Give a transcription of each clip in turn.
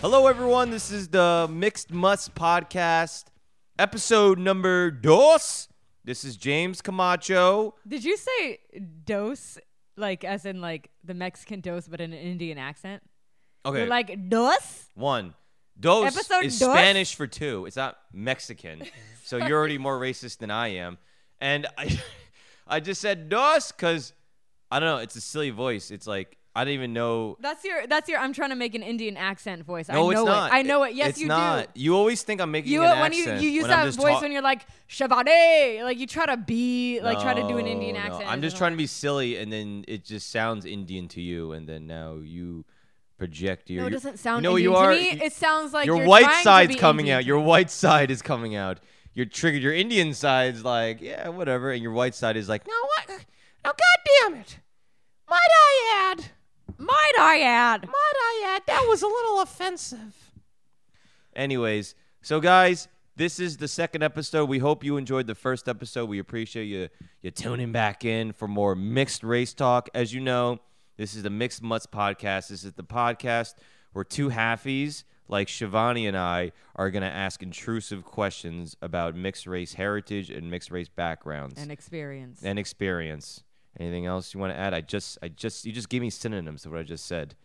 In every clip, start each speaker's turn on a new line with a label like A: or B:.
A: Hello, everyone. This is the Mixed Must Podcast, episode number dos. This is James Camacho.
B: Did you say dose like as in like the Mexican dose but in an Indian accent?
A: Okay,
B: You're like dose?
A: one. Dos
B: Episode
A: is
B: dos?
A: Spanish for two. It's not Mexican. so you're already more racist than I am. And I, I just said dos because I don't know. It's a silly voice. It's like I don't even know.
B: That's your that's your I'm trying to make an Indian accent voice.
A: No,
B: I know
A: it's not.
B: it. I know it. Yes,
A: it's
B: you
A: not.
B: do.
A: You always think I'm making
B: You
A: an
B: when you
A: accent
B: you use
A: when I'm
B: that
A: just
B: voice
A: talk-
B: when you're like Shabade, like you try to be like try to do an Indian
A: Oh, No, no.
B: accent.
A: I'm just trying to be silly, and then it just sounds Indian to you, and then now you project your.
B: No, it
A: your-
B: doesn't sound
A: you know what
B: Indian
A: you are.
B: to me.
A: You-
B: It sounds like
A: your
B: you're
A: white
B: trying to
A: side's
B: be
A: coming
B: Indian
A: out.
B: to
A: Your
B: me.
A: white side is coming out. You're triggered. Your Indian side's like, yeah, whatever, and your white side is like, no, what? No, goddamn it! Might I add?
B: Might I add?
A: Might I add, that was a little offensive. Anyways, so guys, this is the second episode. We hope you enjoyed the first episode. We appreciate you you tuning back in for more mixed race talk. As you know, this is the Mixed Mutts podcast. This is the podcast where two halfies like Shivani and I are going to ask intrusive questions about mixed race heritage and mixed race backgrounds
B: An experience.
A: and experience. Anything else you want to add? I just I just you just gave me synonyms of what I just said.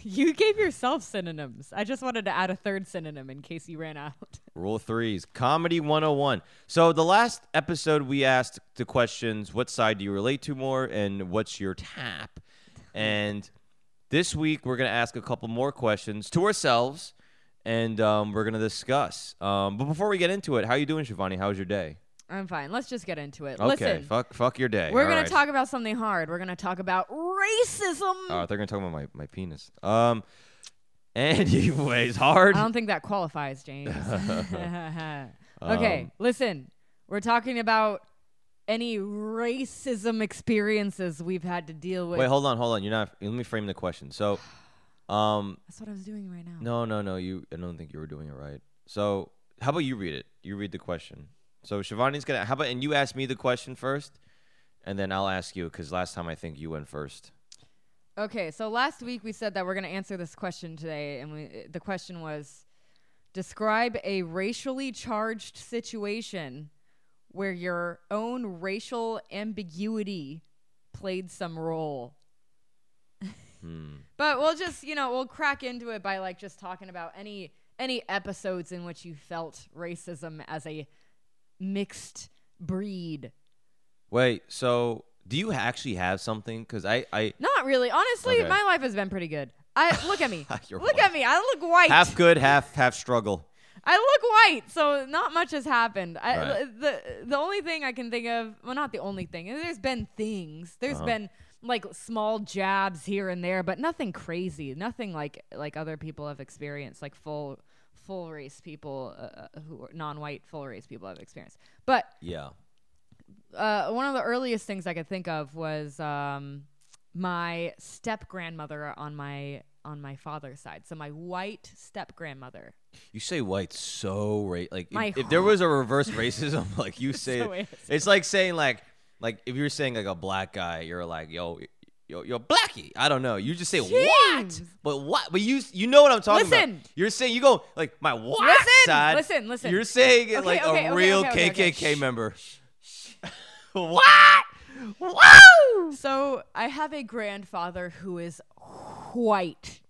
B: You gave yourself synonyms. I just wanted to add a third synonym in case you ran out.
A: Rule threes, comedy 101. So, the last episode we asked the questions what side do you relate to more and what's your tap? And this week we're going to ask a couple more questions to ourselves and um, we're going to discuss. Um, but before we get into it, how you doing, Shivani? How was your day?
B: I'm fine. Let's just get into it.
A: okay,
B: Listen,
A: fuck, fuck your day.
B: We're
A: All
B: gonna
A: right.
B: talk about something hard. We're gonna talk about racism.
A: Oh, they're going to talk about my, my penis. Um, anyways, hard.
B: I don't think that qualifies, James. okay,
A: Um,
B: listen. We're talking about any racism experiences we've had to deal with.
A: Wait, hold on, hold on. You're not. Let me frame the question. So, um,
B: That's what I was doing right now.
A: No, no, no. You, I don't think you were doing it right. So, how about you read it? You read the question. So Shivani's gonna. How about and you ask me the question first, and then I'll ask you because last time I think you went first.
B: Okay, so last week we said that we're gonna answer this question today, and we, uh, the question was, describe a racially charged situation where your own racial ambiguity played some role.
A: Hmm.
B: But we'll just, you know, we'll crack into it by like just talking about any any episodes in which you felt racism as a mixed breed.
A: Wait. So, do you actually have something? Because I, I
B: Not really. Honestly,
A: Okay.
B: my life has been pretty good. I look at me.
A: You're
B: look
A: white.
B: at me. I look white.
A: half good, half half struggle.
B: I look white, so not much has happened. I,
A: Right.
B: The the only thing I can think of, well, not the only thing. There's been things. There's
A: Uh-huh.
B: been like small jabs here and there, but nothing crazy. Nothing like like other people have experienced, like full full race people uh, uh, who are non-white full race people have experienced. But
A: Yeah.
B: uh, one of the earliest things I could think of was um, my step grandmother on my on my father's side. So my white step grandmother.
A: You say white so right. Like
B: My
A: if, if there was a reverse racism, like you say,
B: So it is.
A: it's like saying like like if you're saying like a black guy, you're like yo. Yo, yo, blackie. I don't know. You just say what,
B: James.
A: but what? But you, you know what I'm talking
B: Listen.
A: about. You're saying you go like my what
B: Listen,
A: side.
B: listen, listen.
A: You're saying it
B: Okay,
A: like
B: okay,
A: a
B: okay,
A: real
B: okay, okay, okay.
A: KKK member. what? Whoa!
B: So I have a grandfather who is white.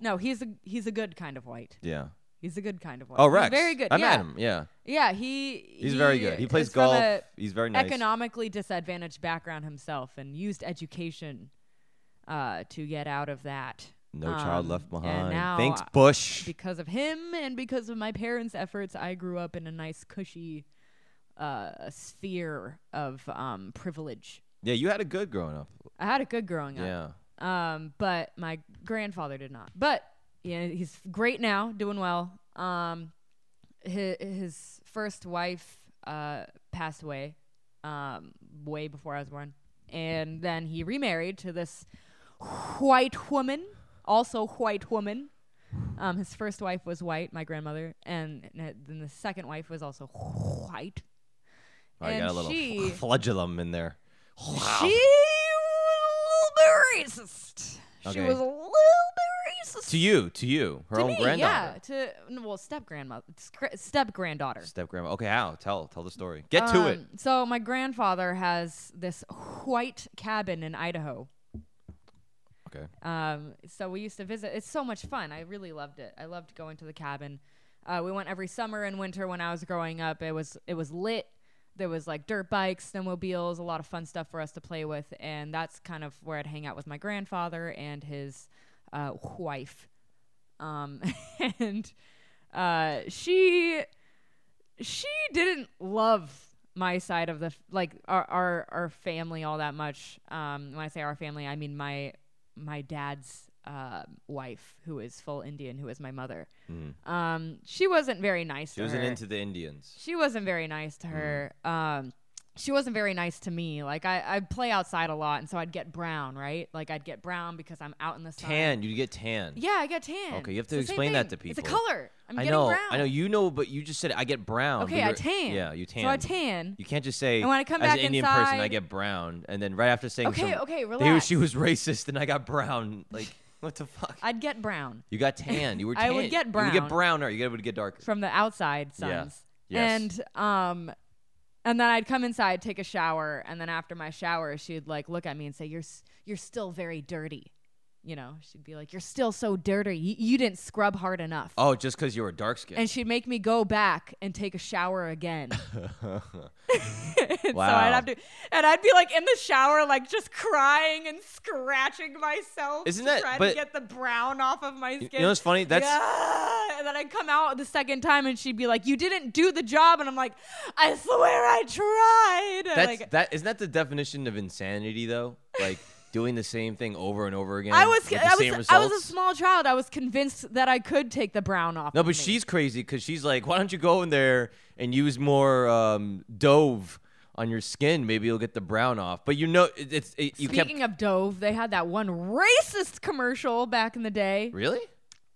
B: No, he's a he's a good kind of white.
A: Yeah.
B: He's a good kind of white.
A: Oh,
B: He's
A: Rex.
B: very good.
A: I
B: yeah.
A: met him. Yeah.
B: Yeah, he
A: He's very good. He plays
B: is from
A: golf.
B: a
A: He's very nice.
B: Economically disadvantaged background himself, and used education uh, to get out of that.
A: No child
B: Um,
A: left
B: And
A: behind.
B: now,
A: Thanks,
B: uh,
A: Bush.
B: because of him and because of my parents' efforts, I grew up in a nice, cushy uh, sphere of um, privilege.
A: Yeah, you had a good growing up.
B: I had it good growing up.
A: Yeah.
B: Um, but my grandfather did not. But yeah, he's great now, doing well. Um, his, his first wife uh, passed away um, way before I was born, and then he remarried to this white woman, also white woman. Um, his first wife was white, my grandmother, and then the second wife was also white.
A: I
B: and
A: got a little
B: she,
A: flagellum in there.
B: she was a little bit racist. She
A: Okay.
B: was a little bit this is
A: To you, to you, her
B: to
A: own
B: me,
A: granddaughter,
B: Yeah, to n- well, step grandmother, step granddaughter.
A: step grandma. Okay, how? Tell, tell the story. Get to it.
B: Um, So my grandfather has this white cabin in Idaho.
A: Okay.
B: Um, so we used to visit. It's so much fun. I really loved it. I loved going to the cabin. Uh, we went every summer and winter when I was growing up. It was it was lit. There was like dirt bikes, snowmobiles, a lot of fun stuff for us to play with, and that's kind of where I'd hang out with my grandfather and his uh, wife. Um, and uh, she she didn't love my side of the f- like our our, our family all that much. Um, when I say our family, I mean my my dad's uh, wife, who is full Indian, who is my mother. Um, she wasn't very nice.
A: Mm. She
B: to
A: wasn't
B: her.
A: into Mm. the Indians.
B: She wasn't very nice to her. Um, she wasn't very nice to me. Like I I'd play outside a lot, and so I'd get brown, right? Like I'd get brown because I'm out in the sun.
A: Tan, you get tan.
B: Yeah, I get tan.
A: Okay, you have
B: It's
A: to
B: the same
A: explain that
B: thing.
A: to
B: It's a
A: people.
B: color. I'm
A: I
B: getting
A: know,
B: brown.
A: I know, you know, but you just said I get brown. but
B: Okay, I
A: you're-
B: tan.
A: Yeah, you tan.
B: So I tan.
A: You can't just say
B: And when I come
A: as
B: back
A: an Indian person I
B: inside-
A: get brown, and then right after saying
B: Okay,
A: some-
B: okay,
A: that he was- she
B: relax.
A: was racist and I got brown. Like what the fuck?
B: I'd get brown
A: you got tan. You were. Tan.
B: I would get
A: You would get
B: brown.
A: browner. You would get darker.
B: from the outside suns.
A: Yes.
B: And um and then I'd come inside, take a shower, and then after my shower, she'd like look at me and say, "You're s- you're still very dirty." You know, she'd be like, "You're still so dirty. You, you didn't scrub hard enough."
A: Oh, just because you were dark skinned.
B: And she'd make me go back and take a shower again. And So
A: Wow.
B: I'd have to, and I'd be like in the shower, like just crying and scratching myself.
A: Isn't
B: to
A: that-
B: try
A: but-
B: to get the brown off of my skin?
A: you know what's funny? That's-
B: Yeah. And then I'd come out the second time, and she'd be like, "You didn't do the job," and I'm like, "I swear I tried."
A: That's
B: like,
A: that. Isn't that the definition of insanity though? Like doing the same thing over and over again.
B: I was,
A: with the
B: I
A: same
B: was, I was a
A: results?
B: small child. I was convinced that I could take the brown off.
A: No,
B: of
A: but
B: me.
A: she's crazy because she's like, why don't you go in there and use more um, Dove on your skin? Maybe you'll get the brown off. But you know, it, it's it, you
B: Speaking
A: kept
B: of Dove, they had that one racist commercial back in the day.
A: really.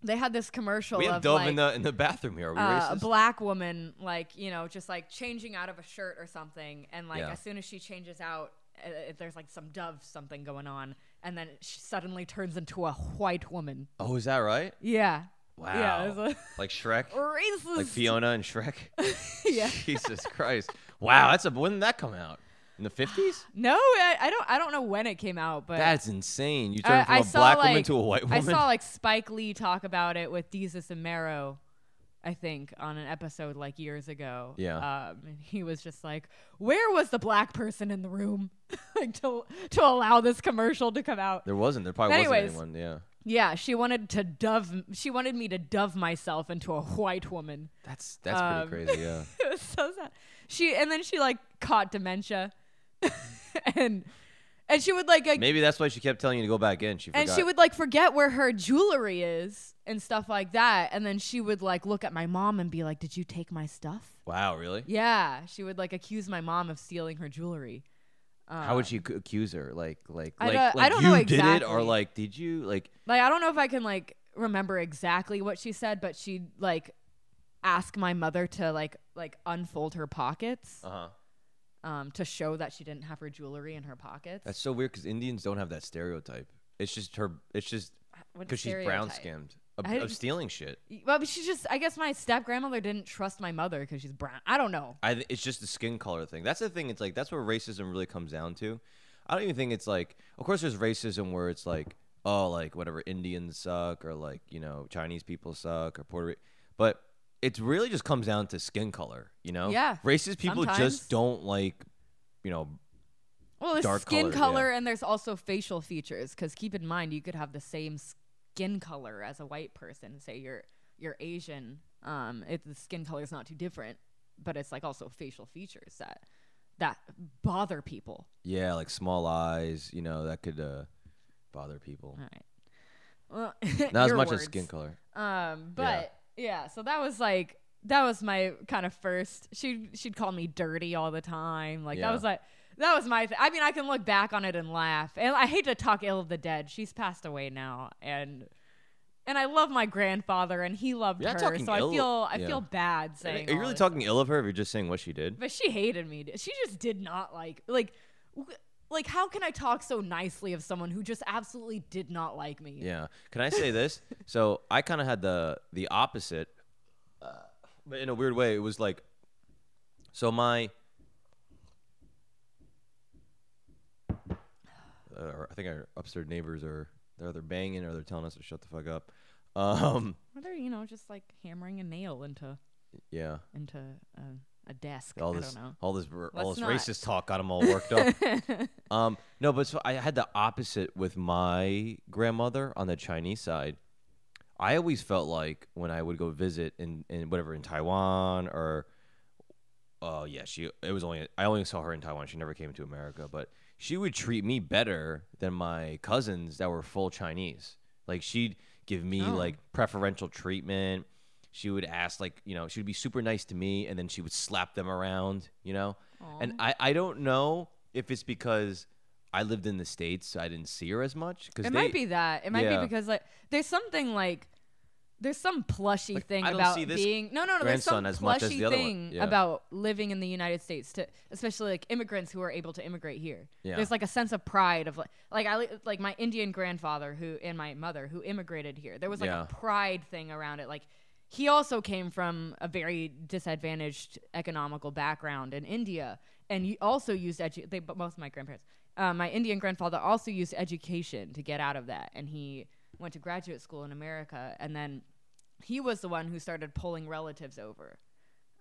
B: They had this commercial.
A: We have
B: of
A: Dove
B: like,
A: in the in the bathroom here. Are we
B: uh, a
A: racist?
B: black woman like you know just like changing out of a shirt or something and like
A: Yeah.
B: as soon as she changes out uh, uh, there's like some dove something going on and then she suddenly turns into a white woman
A: oh, is that right?
B: yeah
A: Wow.
B: yeah it was
A: like Shrek,
B: a racist
A: like Fiona and Shrek.
B: yeah
A: Jesus Christ! Wow, that's a when did that come out? In the fifties?
B: no I, I don't i don't know when it came out but
A: That's insane. You
B: I,
A: turned from
B: I
A: a
B: saw
A: black
B: like
A: woman to a white woman.
B: i saw like spike lee talk about it with jesus and marrow I think on an episode like years ago.
A: Yeah.
B: Um, and he was just like, "Where was the black person in the room, like to to allow this commercial to come out?"
A: there wasn't. There probably
B: Anyways.
A: wasn't anyone. Yeah.
B: Yeah, she wanted to dove. She wanted me to dove myself into a white woman.
A: That's that's
B: Um,
A: pretty crazy. Yeah.
B: it was so sad. She and then she like caught dementia, and and she would like, like
A: Maybe that's why she kept telling you to go back in. She forgot.
B: and she would like forget where her jewelry is and stuff like that. And then she would like look at my mom and be like, "Did you take my stuff?"
A: Wow, really?
B: Yeah, she would like accuse my mom of stealing her jewelry.
A: How would she c- accuse her? Like, like,
B: I
A: like,
B: don't- I
A: like
B: don't
A: you
B: know
A: did it, or
B: exactly.
A: like, did you? Like,
B: Like I don't know if I can like remember exactly what she said, but she'd like ask my mother to like like unfold her pockets
A: uh huh.
B: um to show that she didn't have her jewelry in her pockets.
A: That's so weird because Indians don't have that stereotype. It's just her. It's just
B: What
A: because she's brown
B: stereotype.
A: skinned of, of
B: I didn't-
A: stealing shit.
B: Well, but she just I guess my step grandmother didn't trust my mother because she's brown. I don't know.
A: I th- it's just the skin color thing. That's the thing. It's like that's where racism really comes down to. I don't even think it's like. Of course, there's racism where it's like, oh, like whatever Indians suck, or like you know Chinese people suck, or Puerto Rican. But it really just comes down to skin color. You know,
B: Yeah,
A: Racist people
B: sometimes.
A: just don't like, you know,
B: Well, there's
A: Dark color,
B: skin color,
A: yeah.
B: and there's also facial features cuz keep in mind you could have the same skin color as a white person, say you're you're Asian. Um if the skin color is not too different, but it's like also facial features that that bother people.
A: yeah, like small eyes. You know, that could uh, bother people.
B: All right. Well,
A: Not as
B: your
A: much
B: words.
A: as skin color.
B: Um, but yeah. so that was like that was my kind of first. She she'd call me dirty all the time. Like
A: Yeah.
B: that was like that was my. Th- I mean, I can look back on it and laugh. And I hate to talk ill of the dead. She's passed away now, and and I love my grandfather, and he loved
A: You're not
B: her.
A: talking
B: So I
A: ill-
B: feel I
A: yeah.
B: feel bad
A: Are
B: saying.
A: you
B: all
A: really
B: this.
A: talking ill of her if you're just saying what she did?
B: But she hated me. She just did not like like. w- like how can I talk so nicely of someone who just absolutely did not like me?
A: Yeah. Can I say this? so I kind of had the the opposite, uh, but in a weird way, it was like, so my. Uh, I think our upstairs neighbors are they're either banging or they're telling us to shut the fuck up. Um,
B: Or they're you know just like hammering a nail into
A: yeah.
B: into a, a desk.
A: all
B: I
A: this
B: don't know.
A: all this r- all this
B: Let's not.
A: racist talk got him all worked up. um, no, but so I had the opposite with my grandmother on the Chinese side. I always felt like when I would go visit in, in whatever in Taiwan or oh yeah, she it was only I only saw her in Taiwan. She never came to America, but she would treat me better than my cousins that were full Chinese. Like she'd give me
B: Oh.
A: like preferential treatment. She would ask like, you know, she would be super nice to me and then she would slap them around, you know? And I I don't know if it's because I lived in the states, so I didn't see her as much cuz
B: It might be that. It might
A: Yeah.
B: be because like there's something like there's some plushy thing
A: I don't
B: about
A: see this
B: being no no no there's some
A: grandson as much as
B: plushy
A: the other one.
B: thing
A: Yeah.
B: about living in the United States to especially like immigrants who are able to immigrate here.
A: Yeah.
B: There's like a sense of pride of like like I li- like my Indian grandfather who and my mother who immigrated here. There was like
A: Yeah.
B: a pride thing around it like he also came from a very disadvantaged economical background in India, and he also used edu- they but both of my grandparents. Uh, my Indian grandfather also used education to get out of that, and he went to graduate school in America, and then he was the one who started pulling relatives over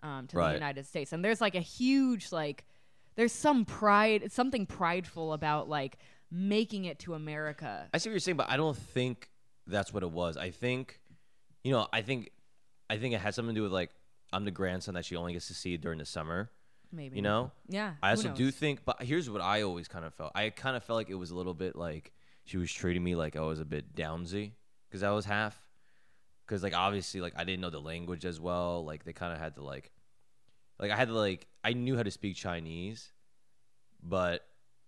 B: um, to
A: Right.
B: the United States. And there's like a huge like there's some pride, something prideful about like making it to America.
A: I see what you're saying, but I don't think that's what it was. I think, you know, I think, I think it had something to do with like I'm the grandson that she only gets to see during the summer.
B: Maybe
A: You know,
B: yeah.
A: I
B: who
A: also do
B: knows?
A: think, but here's what I always kind of felt. I kind of felt like it was a little bit like she was treating me like I was a bit downsy because I was half. Because like obviously like I didn't know the language as well. Like they kind of had to like, like I had to like I knew how to speak Chinese, but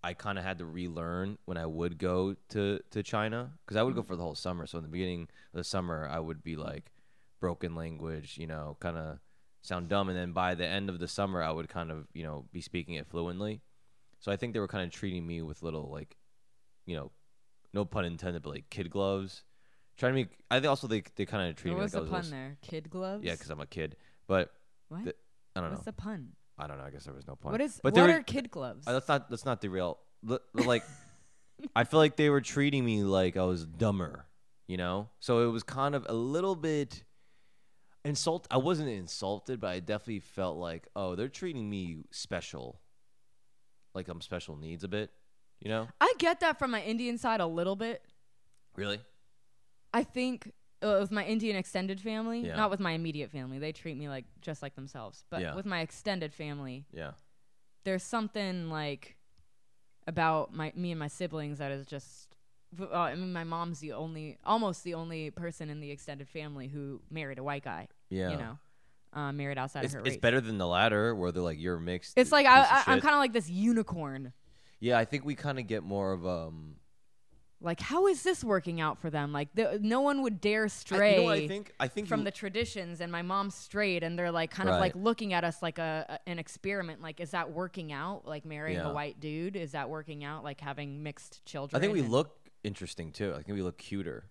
A: I kind of had to relearn when I would go to to China because I would go
B: Mm.
A: for the whole summer. So in the beginning of the summer, I would be like broken language, you know, kind of sound dumb, and then by the end of the summer, I would kind of you know be speaking it fluently. So I think they were kind of treating me with little like, you know, no pun intended, but like kid gloves, trying to make. I think also they they kind of
B: There
A: treated me
B: was
A: like I was
B: a
A: a
B: pun
A: little, s-
B: there. Kid gloves.
A: yeah, because I'm a kid, but
B: what?
A: the- I don't
B: What's
A: know.
B: the pun?
A: I don't know. I guess there was no pun.
B: What is?
A: But
B: what
A: there
B: are kid gloves?
A: uh, let's not let's not derail. L- like, I feel like they were treating me like I was dumber, you know. So it was kind of a little bit insult. I wasn't insulted, but I definitely felt like, oh, they're treating me special, like I'm special needs a bit, you know.
B: I get that from my Indian side a little bit.
A: Really?
B: I think uh, with my Indian extended family,
A: Yeah.
B: not with my immediate family, they treat me like just like themselves. But
A: Yeah.
B: with my extended family,
A: Yeah.
B: there's something like about my me and my siblings that is just. Uh, I mean, my mom's the only, almost the only person in the extended family who married a white guy.
A: Yeah.
B: You know, uh, married outside
A: It's,
B: of her
A: it's
B: race.
A: better than the latter, where they're like you're mixed.
B: It's like
A: piece
B: I, I, I'm
A: shit."
B: kind of like this unicorn.
A: Yeah, I think we kind of get more of um.
B: Like, how is this working out for them? Like, th- no one would dare
A: I-
B: stray.
A: you know what I think? I think
B: from
A: you-
B: the traditions and my mom's straight and they're like kind of
A: Right.
B: like looking at us like a, a- an experiment like is that working out like marrying
A: Yeah.
B: a white dude is that working out like having mixed children
A: I think we
B: and-
A: look interesting too. I think we look cuter,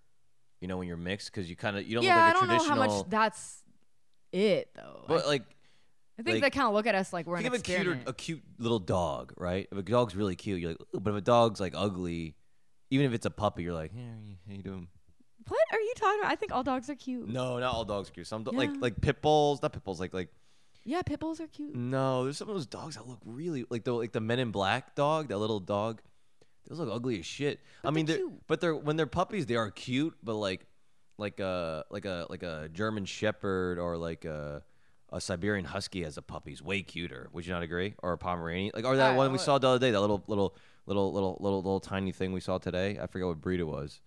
A: you know, when you're mixed because you kind of you don't
B: yeah i
A: look like
B: don't
A: a
B: know how
A: traditional.
B: much that's it though I-
A: but like,
B: i think
A: like-
B: they kind of look at us like we're
A: think
B: an
A: of a cuter,
B: experiment
A: a cute little dog, right? If a dog's really cute, you're like, Ooh, but if a dog's like ugly, even if it's a puppy, you're like, yeah, how you doing?
B: what are you talking about i think all dogs are cute
A: No, not all dogs are cute. Some do- like
B: Yeah.
A: like pit bulls, not pit bulls, like like
B: yeah pit bulls are cute
A: no, there's some of those dogs that look really like the like the Men in Black dog, that little dog. Those look ugly as shit. I
B: But
A: mean,
B: they're
A: they're,
B: cute.
A: but they're when they're puppies, they are cute. But like, like a like a like a German Shepherd or like a a Siberian Husky as a puppy's way cuter. Would you not agree? Or a Pomeranian, like or that
B: Alright,
A: one we
B: what-
A: saw the other day, that little little little little little little tiny thing we saw today. I forget what breed it was.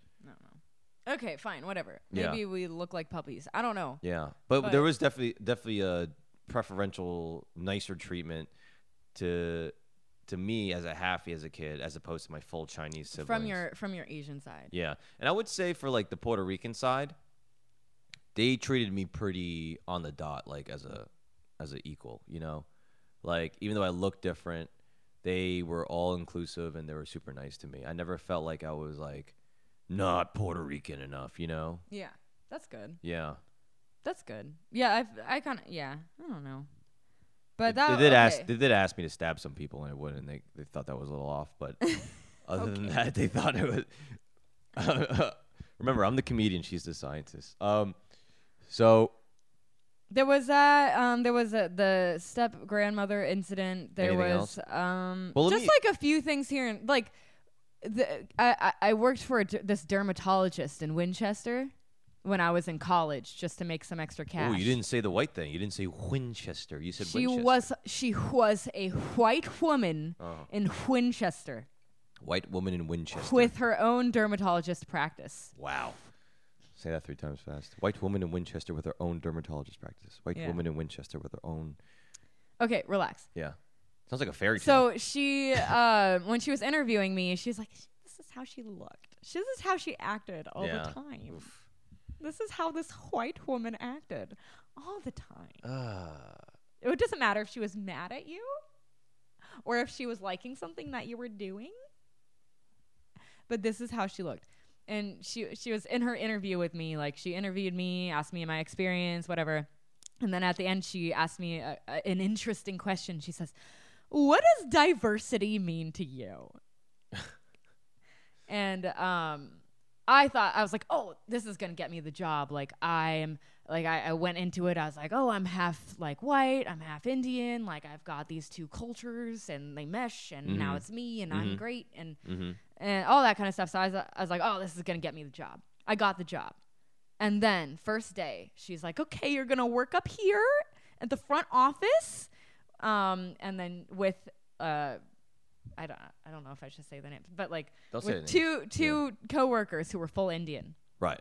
B: okay fine whatever
A: Yeah.
B: maybe we look like puppies i don't know
A: Yeah, but,
B: But-
A: there was definitely definitely a preferential, nicer treatment to to me as a halfie as a kid, as opposed to my full Chinese siblings.
B: from your from your asian side
A: yeah, and I would say for like the Puerto Rican side, they treated me pretty on the dot, like as a as an equal, you know, like even though I look different, they were all inclusive and they were super nice to me. I never felt like I was like not Puerto Rican enough, you know?
B: Yeah, that's good.
A: Yeah.
B: That's good. Yeah, I've, I kind of yeah. I don't know, but
A: They-
B: that
A: they did ask
B: okay.
A: they did ask me to stab some people and I wouldn't. They they thought that was a little off, but other than that, they thought it was. Remember, I'm the comedian. She's the scientist. Um, so
B: There was that. Um, there was a, the step grandmother incident. There
A: Anything
B: was um,
A: Well, let
B: just
A: me-
B: like a few things here and like. The, I, I I worked for a, d- this dermatologist in Winchester when I was in college just to make some extra cash.
A: oh, you didn't say the white thing. You didn't say Winchester. You said
B: She
A: Winchester.
B: was she was a white woman
A: Oh.
B: in Winchester
A: white woman in Winchester.
B: with her own dermatologist practice.
A: wow. Say that three times fast. White woman in Winchester with her own dermatologist practice. White
B: Yeah.
A: woman in Winchester with her own.
B: Okay, relax.
A: Yeah. Sounds like a fairy tale.
B: So she, uh, when she was interviewing me, she was like, "This is how she looked. This is how she acted all
A: Yeah.
B: the time. This is how this white woman acted all the time.
A: Ah.
B: It doesn't matter if she was mad at you or if she was liking something that you were doing, but this is how she looked." And she she was in her interview with me, like she interviewed me, asked me my experience, whatever. And then at the end, she asked me a, a- an interesting question. She says, "What does diversity mean to you?" and um, I thought I was like, "Oh, this is gonna get me the job." Like I'm like I, I went into it. I was like, "Oh, I'm half like white. I'm half Indian. Like I've got these two cultures, and they mesh. And now
A: Mhm.
B: it's me, and I'm
A: Mhm.
B: great, and
A: hmm
B: and all that kind of stuff." So I was, I was like, "Oh, this is gonna get me the job." I got the job. And then first day, she's like, "Okay, you're gonna work up here at the front office," um, and then with uh, I don't I don't know if I should say the name, but like
A: Don't say
B: with
A: the names.
B: two two coworkers who were full Indian,
A: Right.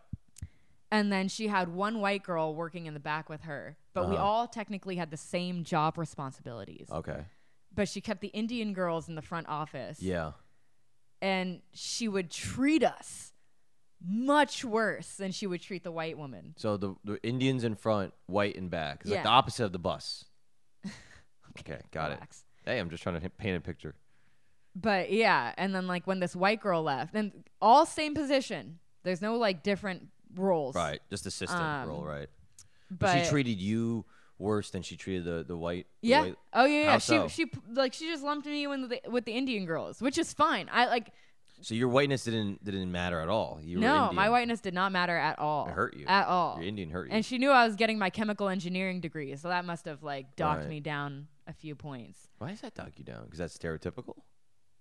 B: and then she had one white girl working in the back with her, but we
A: Uh-huh. Uh.
B: all technically had the same job responsibilities.
A: Okay.
B: But she kept the Indian girls in the front office,
A: Yeah.
B: and she would treat us much worse than she would treat the white woman.
A: So the, the Indians in front, white in back. It's like the
B: Yeah.
A: opposite of the bus. okay, got
B: Relax.
A: it. Hey, I'm just trying to hi- paint a picture.
B: But yeah, and then like when this white girl left, and all same position. There's no like different roles.
A: Right, just assistant role,
B: Um,
A: right?
B: But,
A: But she treated you worse than she treated the the white. the
B: yeah.
A: white-
B: oh yeah, yeah.
A: How
B: she
A: so?
B: she like she just lumped me in with the with the Indian girls, which is fine. I like
A: so your whiteness didn't didn't matter at all. You were
B: no,
A: Indian.
B: my whiteness did not matter at all.
A: It hurt you
B: at all.
A: Your Indian hurt you.
B: And she knew I was getting my chemical engineering degree, so that must have like docked
A: Right.
B: me down a few points.
A: Why does that dog you down? Because that's stereotypical.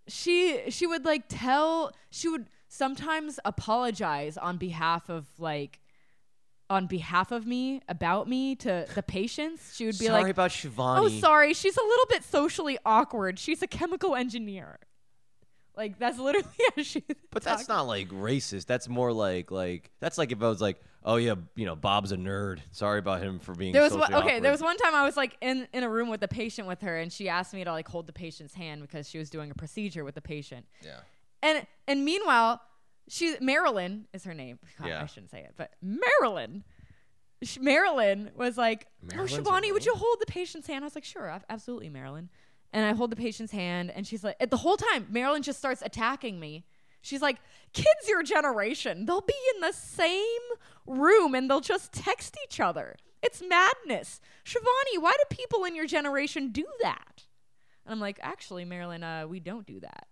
B: she she would like tell she would sometimes apologize on behalf of like on behalf of me about me to the patients she would be
A: sorry
B: like
A: about Shivani.
B: oh sorry she's a little bit socially awkward she's a chemical engineer like that's literally how she
A: But that's not like racist. That's more like like that's like if I was like, oh yeah, you know, Bob's a nerd. Sorry about him for being.
B: there was
A: socially
B: one, okay
A: awkward."
B: there was one time i was like in in a room with a patient with her and she asked me to like hold the patient's hand because she was doing a procedure with the patient
A: Yeah.
B: And and meanwhile, she Marilyn is her name. God,
A: Yeah.
B: I shouldn't say it, but Marilyn. Sh- Marilyn was like,
A: Marilyn's
B: "Oh,
A: her
B: Shabani, would
A: name?
B: you hold the patient's hand?" I was like, "Sure, ab- absolutely, Marilyn." And I hold the patient's hand, and she's like, the whole time, Marilyn just starts attacking me. She's like, "Kids, your generation, they'll be in the same room and they'll just text each other. It's madness, Shivani. Why do people in your generation do that?" And I'm like, "Actually, Marilyn, uh, we don't do that."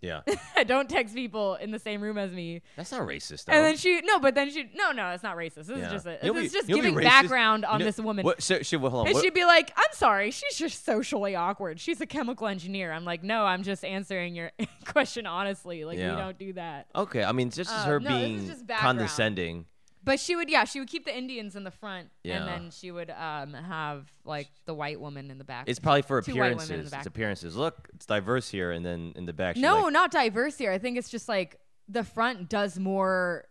A: Yeah.
B: I don't text people in the same room as me.
A: That's not racist. Though.
B: And then she, no, but then she, no, no, it's not racist. This
A: Yeah.
B: is just, a,
A: You'll
B: this is
A: be-
B: just
A: you'll be
B: giving
A: racist.
B: background
A: You
B: on
A: know-
B: this woman.
A: What, so, she, well, hold on.
B: and
A: What-
B: she'd be like, I'm sorry, she's just socially awkward. She's a chemical engineer. I'm like, no, I'm just answering your question honestly. Like,
A: Yeah.
B: we don't do that.
A: Okay, I mean, this is
B: Uh,
A: her
B: no, this is
A: being
B: just background.
A: condescending.
B: But she would, yeah, she would keep the Indians in the front,
A: Yeah.
B: and then she would um, have like the white woman in the back.
A: It's probably for
B: Two white women in the
A: appearances.
B: back.
A: It's appearances. Look, it's diverse here, and then in the back. she's
B: no,
A: like,
B: not diverse here. I think it's just like the front does more,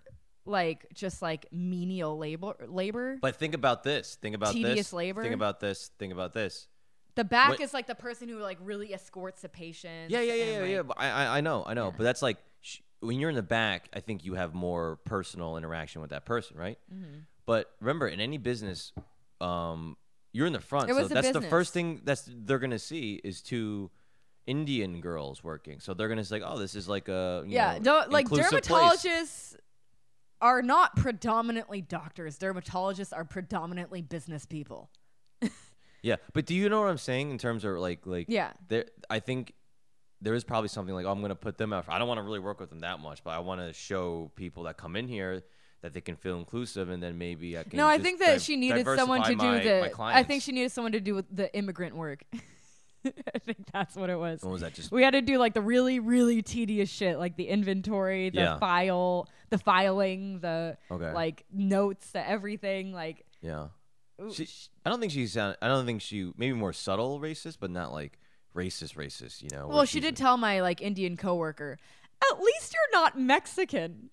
B: like just like menial labor labor.
A: But think about this. Think about
B: Tedious
A: this.
B: labor.
A: Think about this. Think about this.
B: The back
A: What-
B: is like the person who like really escorts the patient.
A: Yeah, yeah, yeah,
B: and,
A: yeah,
B: like-
A: yeah. But I, I, I know, I know. But that's like sh- when you're in the back. I think you have more personal interaction with that person, right?
B: mm-hmm.
A: But remember, in any business, um, you're in the front.
B: It
A: so
B: was a
A: that's the
B: business.
A: first thing that's they're gonna see is two Indian girls working. So they're gonna say, like, oh, this is like a you
B: yeah,
A: know,
B: don't like
A: inclusive place.
B: dermatologists are not predominantly doctors. Dermatologists are predominantly business people.
A: Yeah, but do you know what I'm saying in terms of like like
B: Yeah.
A: There, I think there is probably something like oh, I'm gonna put them out. I don't want to really work with them that much, but I want to show people that come in here that they can feel inclusive, and then maybe I can.
B: no, I
A: just
B: think that
A: di-
B: she needed someone to do
A: diversify my,
B: the.
A: My
B: I
A: clients.
B: think she needed someone to do with the immigrant work. I think that's what it was.
A: What was that? Just
B: We had to do like the really, really tedious shit, like the inventory, the
A: Yeah.
B: file, the filing, the
A: Okay.
B: like notes, the everything. Like,
A: yeah.
B: ooh,
A: She,
B: sh-
A: I don't think she sound. I don't think she maybe more subtle racist, but not like racist racist. You know. where
B: well, she
A: she's
B: did
A: like-
B: tell my like Indian coworker, "At least you're not Mexican."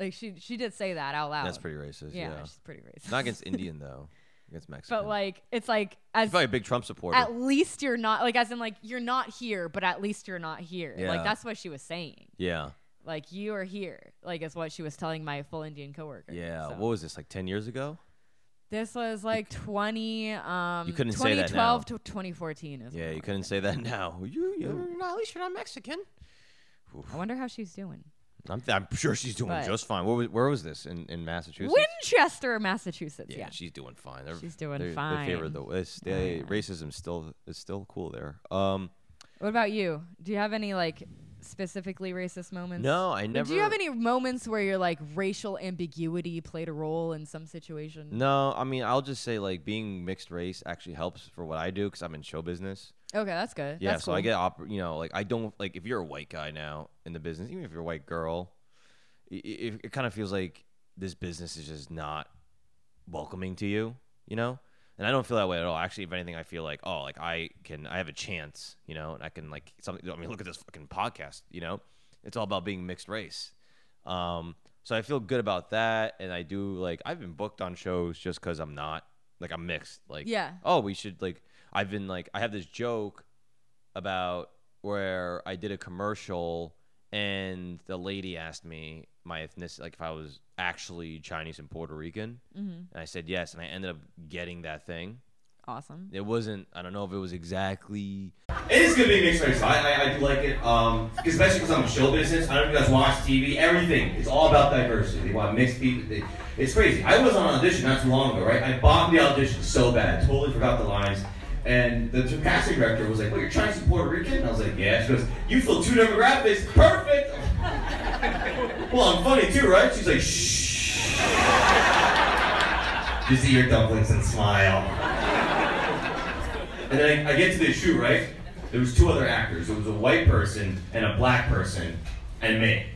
B: Like she she did say that out loud.
A: That's pretty racist.
B: Yeah,
A: Yeah.
B: she's pretty racist.
A: Not against Indian though. Against Mexican.
B: but like it's like as
A: she's probably a big Trump supporter.
B: at least you're not like as in like you're not here, but at least you're not here.
A: Yeah.
B: Like that's what she was saying.
A: yeah.
B: Like you are here. Like is what she was telling my full Indian coworker.
A: Yeah.
B: So.
A: What was this like ten years ago?
B: This was like 20 um
A: You couldn't say that
B: 2012 to 2014 is
A: Yeah,
B: when
A: you
B: I
A: couldn't say that now. You, you're not, at least you're not Mexican.
B: went. I wonder how she's doing.
A: I'm, I'm sure she's doing
B: But-
A: just fine. Where was, where was this in, in Massachusetts?
B: Winchester, Massachusetts.
A: yeah,
B: Yeah.
A: she's doing fine. They're,
B: She's doing
A: they're- They favor
B: fine.
A: the West. They, Racism still is still cool there. Um,
B: What about you? Do you have any like specifically racist moments?
A: no, I
B: Or
A: never.
B: Do you have any moments where your like racial ambiguity played a role in some situation?
A: No, I mean I'll just say like being mixed race actually helps for what I do because I'm in show business.
B: Okay, that's good.
A: Yeah,
B: that's
A: so I
B: cool.
A: get oppor- you know like I don't like if you're a white guy now in the business, even if you're a white girl, it, it, it kind of feels like this business is just not welcoming to you, you know. And I don't feel that way at all. Actually, if anything, I feel like oh, like I can, I have a chance, you know, and I can like something. I mean, look at this fucking podcast, you know. It's all about being mixed race. Um, so I feel good about that, and I do like I've been booked on shows just because I'm not like I'm mixed. Like
B: Yeah.
A: oh, we should like I've been like I have this joke about where I did a commercial and the lady asked me my ethnicity, like if I was actually Chinese and Puerto Rican, and I said yes, and I ended up getting that thing.
B: awesome.
A: It wasn't. I don't know if it was exactly.
C: It is gonna be mixed race. I, I, I do like it, um, especially because I'm in show business. I don't know if you guys watch TV. Everything. It's all about diversity. They want mixed people. They, it's crazy. I was on an audition not too long ago, right? I bombed the audition so bad. Totally forgot the lines. And the t- casting director was like, "Well, you're Chinese and Puerto Rican." And I was like, "Yeah." She goes, "You fill two demographics. Perfect." well, I'm funny too, right? She's like, "Shh." Just eat your dumplings and smile. And then I, I get to the shoot, right? There was two other actors. It was a white person and a black person and me.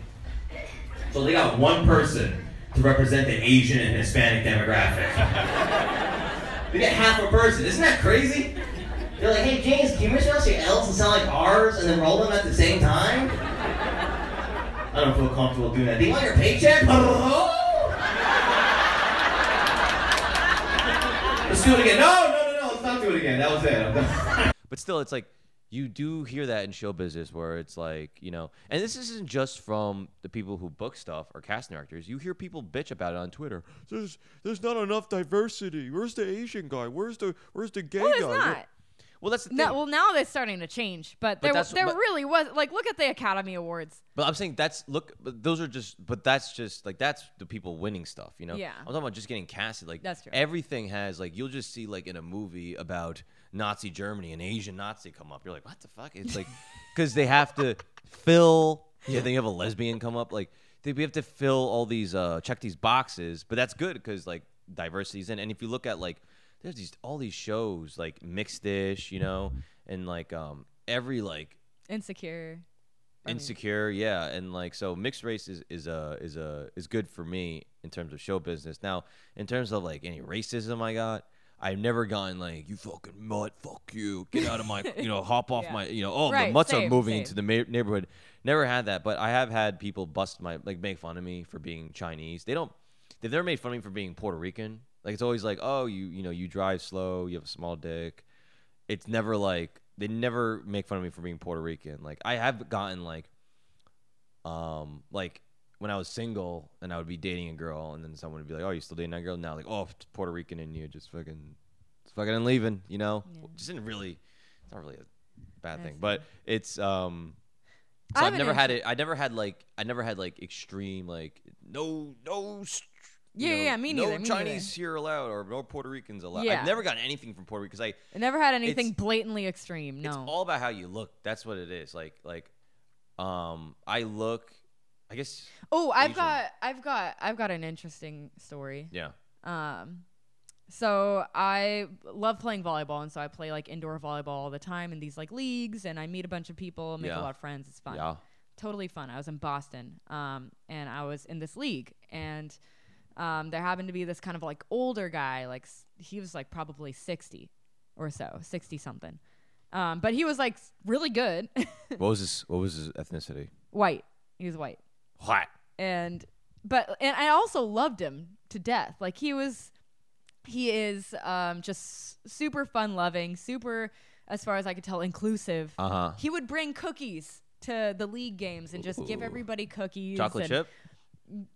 C: So they got one person to represent the Asian and Hispanic demographic. they get half a person. Isn't that crazy? They're like, hey, James, can you mispronounce your L's and sound like R's and then roll them at the same time? I don't feel comfortable doing that. Do you want your paycheck? Oh! Let's do it again. No, no, no, no. Let's not do it again. That was it. I'm done.
A: But still, it's like you do hear that in show business where it's like you know, and this isn't just from the people who book stuff or casting directors. You hear people bitch about it on Twitter. There's there's not enough diversity. Where's the Asian guy? Where's the where's the gay
B: Well, there's
A: guy? Where-
B: not.
A: Well, that's the thing.
B: No, well, now that's starting to change, but there,
A: that's-
B: there
A: but-
B: really was like look at the Academy Awards.
A: But I'm saying that's look. But those are just. But that's just like that's the people winning stuff. You know.
B: Yeah.
A: I'm talking about just getting casted. Like
B: That's true.
A: Everything has like you'll just see like in a movie about Nazi Germany an Asian Nazi come up. You're like, what the fuck? It's like because they have to fill. Yeah. Then you have a lesbian come up. Like they we have to fill all these uh check these boxes. But that's good because like diversity's in. And if you look at like there's these all these shows like mixed dish, you know, and like um every like
B: Insecure. I mean-
A: insecure yeah and like so mixed race is is a is a is good for me in terms of show business now in terms of like any racism i got i've never gotten like you fucking mutt fuck you get out of my you know hop off
B: Yeah.
A: my you know oh the
B: Right,
A: mutts are
B: same,
A: moving
B: same.
A: into the ma- neighborhood never had that but i have had people bust my like make fun of me for being chinese they don't they've never made fun of me for being puerto rican like it's always like oh you you know you drive slow you have a small dick it's never like they never make fun of me for being Puerto Rican. Like I have gotten like um like when I was single and I would be dating a girl and then someone would be like, "Oh, you still dating that girl?" Now like, "Oh, it's Puerto Rican in you just fucking it's fucking and leaving," you know?
B: Yeah.
A: Just didn't really it's not really a bad thing.
B: Nice.
A: But it's um.
B: I
A: So I've
B: haven't
A: never had
B: actually-
A: it. I never had like I never had like extreme like no no. str- you
B: Yeah,
A: know,
B: yeah, me
A: No
B: neither, me neither.
A: Chinese here allowed or no Puerto Ricans allowed.
B: Yeah.
A: I've never gotten anything from Puerto Rico because I
B: I never had anything
A: It's-
B: blatantly extreme. No.
A: it's all about how you look. That's what it is. Like like, um, I look. I guess
B: oh, I've
A: Asian.
B: got, I've got, I've got an interesting story.
A: yeah.
B: Um, so I love playing volleyball, and so I play like indoor volleyball all the time in these like leagues, and I meet a bunch of people, make
A: Yeah.
B: a lot of friends. It's fun,
A: Yeah.
B: totally fun. I was in Boston, um, and I was in this league, and um, there happened to be this kind of like older guy, like s- he was like probably sixty or so, sixty something, um, but he was like s- really good,
A: What was his What was his ethnicity?
B: white. He was white
A: What?
B: and but and I also loved him to death. Like he was, he is um, just super fun loving, super as far as I could tell inclusive.
A: Uh huh.
B: He would bring cookies to the league games and just give
A: Ooh.
B: everybody cookies.
A: Chocolate
B: and-
A: chip.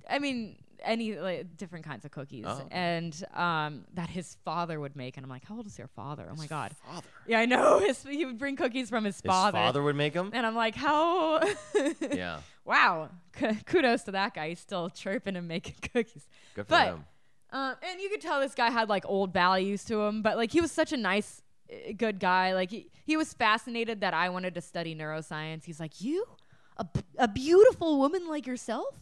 B: I mean, any like, different kinds of cookies,
A: Oh, okay.
B: and um, that his father would make. And I'm like, how old is your father? Oh my god.
A: Father.
B: Yeah, I know. His, he would bring cookies from his
A: His father,
B: father.
A: would make him.
B: And I'm like, how?
A: yeah.
B: wow K- kudos to that guy he's still chirping and making cookies
A: Good for
B: But-
A: him.
B: um, and you could tell this guy had like old values to him but like he was such a nice uh, good guy like he, he was fascinated that i wanted to study neuroscience he's like you a, b- a beautiful woman like yourself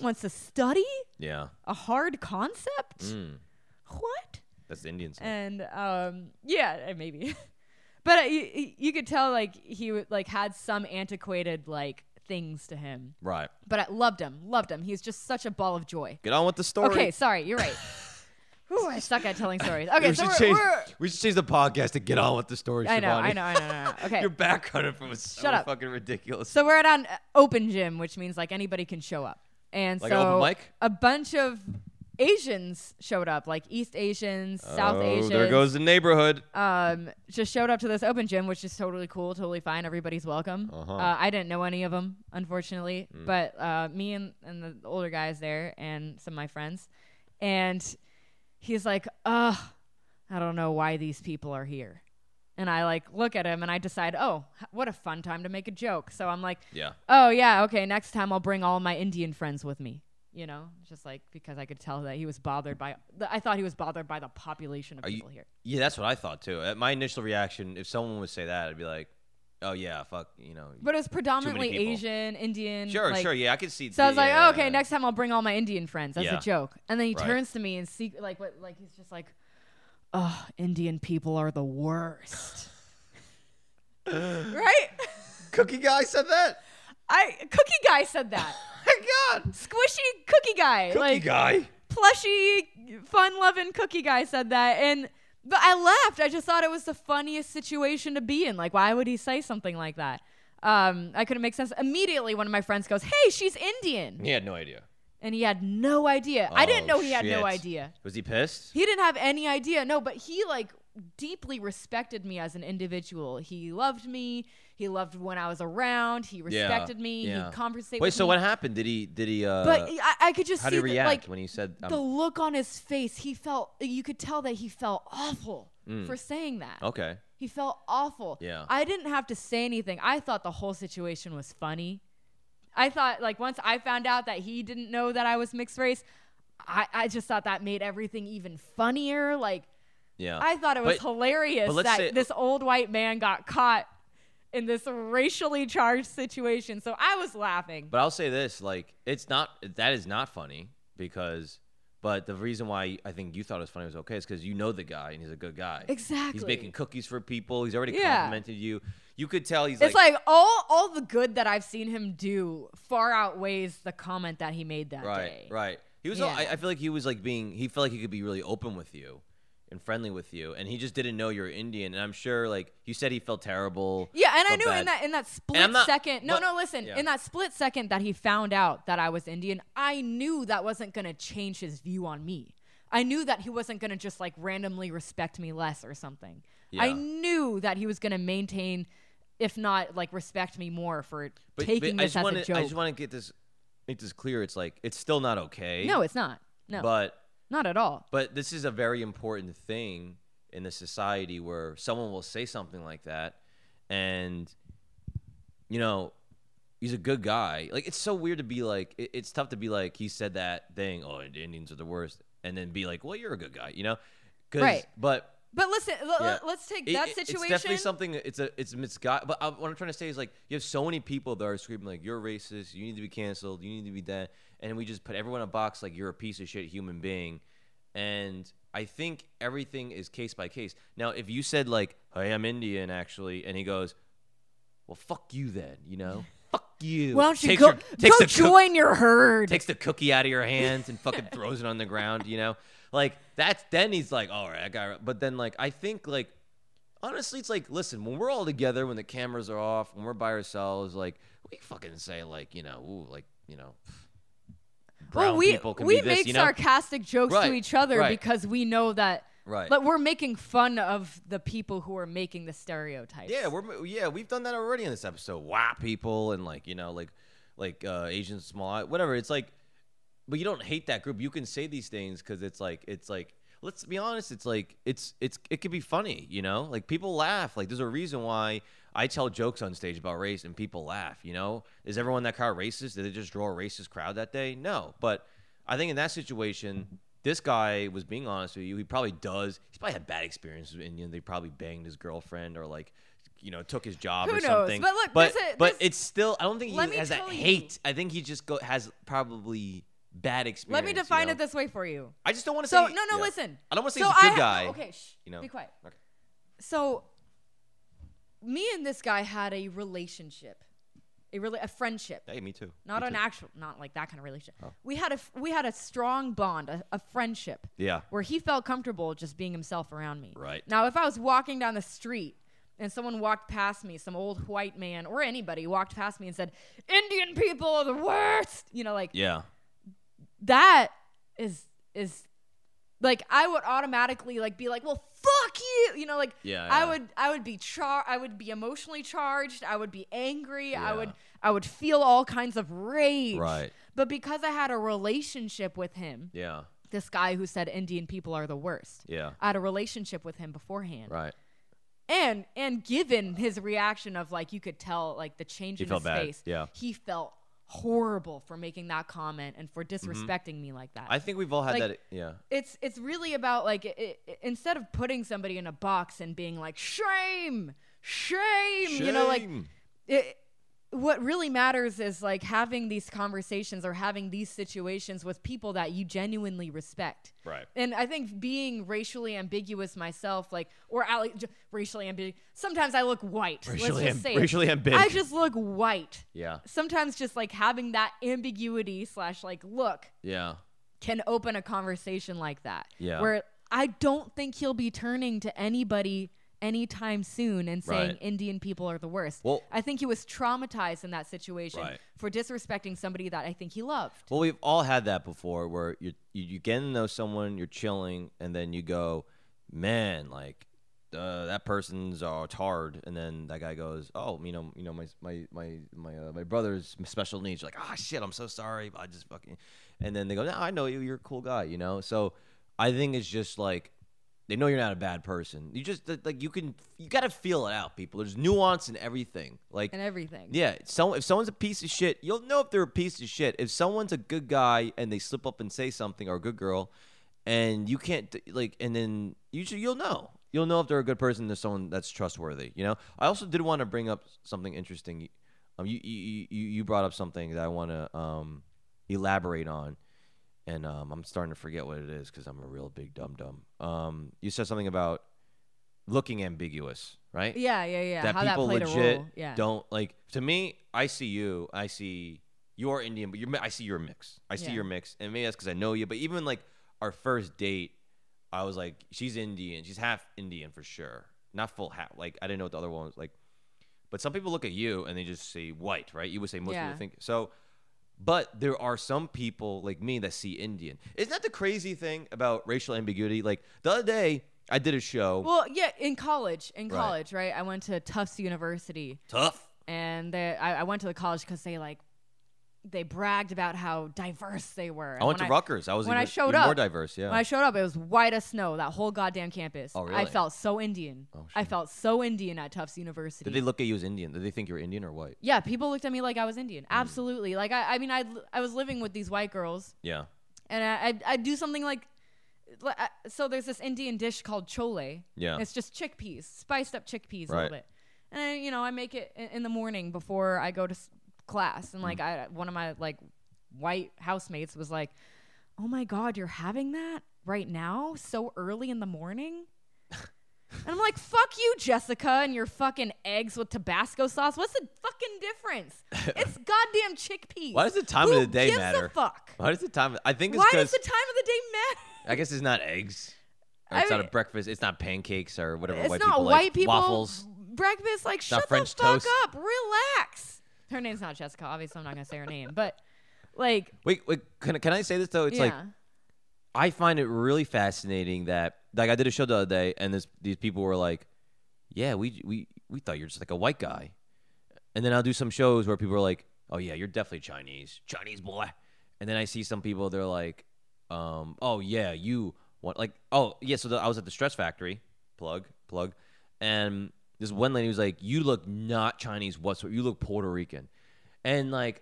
B: wants to study
A: Yeah.
B: a hard concept
A: Mm.
B: what
A: That's the Indian side.
B: and um, yeah, uh, maybe. but uh, you- you, you could tell like he w- like had some antiquated like things to him.
A: Right.
B: But I loved him, loved him. He's just such a ball of joy.
A: Get on with the story.
B: Okay, sorry, you're right. Whew, I suck at telling stories. Okay,
A: we,
B: so
A: should
B: we're,
A: change,
B: we're-
A: we should change the podcast to get on with the story.
B: I know, I
A: Shivani.
B: know, I know, I know. Okay,
A: Your background info was so
B: Shut up.
A: fucking ridiculous.
B: so we're at an uh, open gym, which means like anybody can show up, and
A: Like
B: so
A: open mic?
B: a bunch of Asians showed up, like East Asians, South Asians.
A: Oh, There goes the neighborhood.
B: um, just showed up to this open gym, which is totally cool, totally fine. Everybody's welcome.
A: Uh-huh. Hmm.
B: Uh, I didn't know any of them, unfortunately, but uh, me and, and the older guys there and some of my friends. And he's like, ugh, I don't know why these people are here. And I like look at him and I decide, oh, h- what a fun time to make a joke. So I'm like,
A: Yeah.
B: oh, yeah, okay, next time I'll bring all my Indian friends with me. You know, just like because I could tell that he was bothered by, I thought he was bothered by the population of
A: Are you-
B: people here.
A: Yeah, that's what I thought too. Uh, My initial reaction, if someone would say that, I'd be like, "Oh yeah, fuck," you know.
B: But it was predominantly
A: people.
B: Asian, Indian.
A: sure,
B: Mm, like-
A: sure, yeah, I could see.
B: So I was like, oh,
A: yeah.
B: okay, next time I'll bring all my Indian friends. That's
A: Yeah.
B: a joke. And then he
A: Right.
B: turns to me and see, like, what, like he's just like, oh, Indian people are the worst. right?
A: Cookie guy said that.
B: I Cookie Guy said that.
A: Oh My God,
B: Squishy Cookie Guy,
A: cookie
B: like
A: guy.
B: plushy, fun-loving Cookie Guy said that, and but I laughed. I just thought it was the funniest situation to be in. Like, why would he say something like that? Um, I couldn't make sense. Immediately, one of my friends goes, "Hey, she's Indian."
A: He had no idea.
B: and he had no idea. I didn't
A: Oh,
B: know he had
A: shit.
B: no idea.
A: Was he pissed?
B: He didn't have any idea. No, but he like deeply respected me as an individual. He loved me. He loved when I was around. He respected me.
A: yeah.
B: He conversated
A: Wait,
B: with
A: so
B: me.
A: what happened? Did he? Did he? Uh,
B: But I, I could just
A: how
B: see
A: did he
B: the,
A: react
B: like
A: when he said? um, I'm-
B: the look on his face. He felt you could tell that he felt awful
A: Mm.
B: for saying that.
A: okay.
B: He felt awful.
A: Yeah.
B: I didn't have to say anything. I thought the whole situation was funny. I thought like once I found out that he didn't know that I was mixed race, I, I just thought that made everything even funnier. Like
A: Yeah.
B: I thought it was
A: Uh, But-
B: hilarious
A: but let's
B: that
A: say-
B: this old white man got caught in this racially charged situation. So I was laughing.
A: But I'll say this: like, it's not that is not funny because. But the reason why I think you thought it was funny was okay is because you know the guy and he's a good guy.
B: exactly.
A: He's making cookies for people. He's already
B: Yeah.
A: complimented you. You could tell he's
B: it's like, all all the good that I've seen him do far outweighs the comment that he made that
A: right,
B: day.
A: right. He was.
B: Yeah.
A: I, I feel like he was like being. He felt like he could be really open with you and friendly with you, and he just didn't know you're Indian. And I'm sure, like you said, he felt terrible.
B: Yeah, and I
A: felt
B: knew in
A: bad.
B: that in that split
A: I'm not-
B: second. No,
A: but-
B: no, listen.
A: yeah.
B: In that split second that he found out that I was Indian, I knew that wasn't going to change his view on me. I knew that he wasn't going to just like randomly respect me less or something. I
A: Yeah.
B: knew that he was going to maintain if not like respect me more for taking
A: I
B: this
A: just
B: as
A: wanna,
B: a joke.
A: I just want to get this, make this clear. It's like it's still not okay.
B: no, it's not. No.
A: But
B: not at all.
A: But this is a very important thing in the society where someone will say something like that, and you know he's a good guy. Like it's so weird to be like it- it's tough to be like he said that thing. Oh, the Indians are the worst, and then be like, well, you're a good guy, you know? 'Cause-
B: Right.
A: But
B: But listen, l-
A: Yeah.
B: l- let's take
A: it-
B: that
A: it-
B: situation.
A: It's definitely something. It's a it's misguided. But I, what I'm trying to say is like you have so many people that are screaming like you're racist, you need to be canceled, you need to be that, and we just put everyone in a box like you're a piece of shit human being. And I think everything is case by case. Now, if you said like, "Hey, I'm Indian," actually, and he goes, "Well, fuck you then," you know, fuck you.
B: Why don't you
A: Takes
B: go,
A: your- takes
B: go
A: the cook-
B: join your herd?
A: takes the cookie out of your hands and fucking throws it on the ground, you know? Like that's then he's like, all right, I got but then like I think like honestly it's like listen, when we're all together, when the cameras are off, when we're by ourselves, like we fucking say like, you know, ooh, like, you know, brown
B: well, we
A: people can
B: we
A: be
B: make
A: this, you know?
B: sarcastic jokes
A: Right,
B: to each other
A: right.
B: because we know that
A: right.
B: like we're making fun of the people who are making the stereotypes.
A: Yeah, we're yeah, we've done that already in this episode. Wow, people and like you know like like uh, Asian small whatever. It's like, but you don't hate that group. You can say these things because it's like it's like let's be honest. It's like it's it's it could be funny. You know, like people laugh. Like there's a reason why. I tell jokes on stage about race and people laugh, you know? Is everyone in that car racist? Did they just draw a racist crowd that day? No. But I think in that situation, this guy was being honest with you. He probably does. He's probably had bad experiences with Indian. They probably banged his girlfriend or like, you know, took his job
B: Who
A: or
B: knows?
A: something.
B: But look,
A: but,
B: this is-
A: but
B: this-
A: it's still. I don't think
B: Let
A: he
B: me
A: has that
B: tell you.
A: hate. I think he just go, has probably bad experience.
B: Let me define
A: you know?
B: it this way for you.
A: I just don't want to
B: So
A: say.
B: no, no,
A: yeah.
B: listen.
A: I don't want to say
B: so
A: he's a good
B: I
A: guy.
B: Have, okay, shh.
A: you know?
B: Be quiet.
A: Okay.
B: So me and this guy had a relationship, a really a friendship.
A: Hey, me too.
B: Not
A: Me
B: an
A: too. Oh.
B: actual, not like that kind of relationship. We had a f- we had a strong bond, a, a friendship.
A: Yeah.
B: Where he felt comfortable just being himself around me.
A: Right.
B: Now, if I was walking down the street and someone walked past me, some old white man or anybody walked past me and said, "Indian people are the worst," you know, like
A: Yeah.
B: that is is like I would automatically like be like, well, fuck you, you know, like
A: Yeah,
B: I
A: yeah.
B: would I would be char I would be emotionally charged, I would be angry,
A: Yeah.
B: I would I would feel all kinds of rage.
A: Right.
B: But because I had a relationship with him,
A: Yeah.
B: this guy who said Indian people are the worst.
A: Yeah.
B: I had a relationship with him beforehand,
A: Right.
B: and and given his reaction of like you could tell like the change
A: He
B: in
A: felt
B: his
A: bad,
B: face,
A: yeah.
B: he felt horrible for making that comment and for disrespecting me like that
A: Mm-hmm. I think we've all had
B: Like-
A: that. Yeah.
B: it's it's really about like i i instead of putting somebody in a box and being like shame, shame, you know, like
A: Shame.
B: it, what really matters is like having these conversations or having these situations with people that you genuinely respect.
A: Right.
B: And I think being racially ambiguous myself, like or ali- j- racially ambiguous. Sometimes I look white.
A: Racially
B: let's just
A: amb-
B: say it.
A: racially
B: I
A: ambig.
B: just look white.
A: Yeah.
B: Sometimes just like having that ambiguity slash like look
A: Yeah.
B: can open a conversation like that.
A: Yeah.
B: Where I don't think he'll be turning to anybody anytime soon and saying
A: Right.
B: Indian people are the worst.
A: Well-
B: I think he was traumatized in that situation
A: Right.
B: for disrespecting somebody that I think he loved.
A: Well, we've all had that before, where you you, you get to know someone, you're chilling, and then you go, "Man, like uh, that person's uh, hard," and then that guy goes, "Oh, you know, you know, my my my my uh, my brother's special needs." You're like, "Ah, shit, I'm so sorry, but I just fucking," and then they go, "No, I know you. You're a cool guy," you know. So I think it's just like they know you're not a bad person. You just like you can you got to feel it out, people. There's nuance in everything. Like
B: And everything.
A: yeah, so if someone's a piece of shit, you'll know if they're a piece of shit. If someone's a good guy and they slip up and say something, or a good girl, and you can't d- like, and then you should, you'll know. You'll know if they're a good person. There's someone that's trustworthy. You know. I also did want to bring up something interesting. Um, you you you, you brought up something that I want to um elaborate on, and um I'm starting to forget what it is because I'm a real big dum dum. Um, you said something about looking ambiguous, right?
B: Yeah, yeah, yeah.
A: that
B: How that
A: people
B: played
A: legit
B: a role. Yeah.
A: don't like. To me, I see you. I see you're Indian, but you're, mi- I see your mix. I see
B: Yeah.
A: your mix, and maybe that's because I know you. But even like our first date, I was like, she's Indian. She's half Indian for sure, not full half. Like I didn't know what the other one was like. But some people look at you and they just say white, right? You would say most
B: Yeah.
A: people think so. But there are some people like me that see Indian. Isn't that the crazy thing about racial ambiguity? Like the other day, I did a show.
B: Well, yeah, in college, in
A: Right.
B: college, right? I went to Tufts University
A: tough.
B: and they, I, I went to the college because they like they bragged about how diverse they
A: I
B: were. And
A: went
B: when
A: to Rutgers. I was
B: when
A: even,
B: I showed
A: even
B: up,
A: more diverse. Yeah.
B: When I showed up, it was white as snow. That whole goddamn campus.
A: Oh,
B: I
A: really?
B: felt so Indian.
A: Oh,
B: I
A: shit.
B: felt so Indian at Tufts University.
A: Did they look at you as Indian? Did they think you were Indian or white?
B: yeah, people looked at me like I was
A: Mm.
B: Indian. Absolutely. Like I, I mean, I, I was living with these white girls,
A: Yeah.
B: and I, I, I do something like, li- I- so there's this Indian dish called chole.
A: Yeah.
B: It's just chickpeas, spiced up chickpeas a
A: Right.
B: little bit, and I, you know I make it in, in the morning before I go to s- class, and
A: Mm.
B: like I, one of my like white housemates was like, "Oh my god, you're having that right now, so early in the morning." And I'm like, fuck you, Jessica, and your fucking eggs with Tabasco sauce. What's the fucking difference? It's goddamn chickpeas.
A: Why does the time
B: Who
A: of the day
B: gives
A: matter?
B: A fuck?
A: Why does the time? I think it's
B: Why
A: because
B: does the time of the day matter?
A: I guess it's not eggs. Or
B: I
A: it's not
B: mean-
A: a breakfast. It's not pancakes or whatever
B: It's
A: white
B: not
A: people
B: white
A: like.
B: people
A: Waffles.
B: breakfast. Like,
A: not
B: shut
A: French
B: the fuck
A: toast.
B: up. Relax. Her name's not Jessica. Obviously, I'm not gonna say her name, but like,
A: Wait, wait. Can, can I say this though? It's
B: yeah,
A: like I find it really fascinating that like I did a show the other day and this these people were like, "Yeah, we we we thought you're just like a white guy," and then I'll do some shows where people are like, "Oh yeah, you're definitely Chinese, Chinese boy," and then I see some people they're like, um, "Oh yeah, you want like oh yeah." So the, I was at the Stress Factory, plug plug, and this one lady was like, "You look not Chinese whatsoever. You look Puerto Rican," and like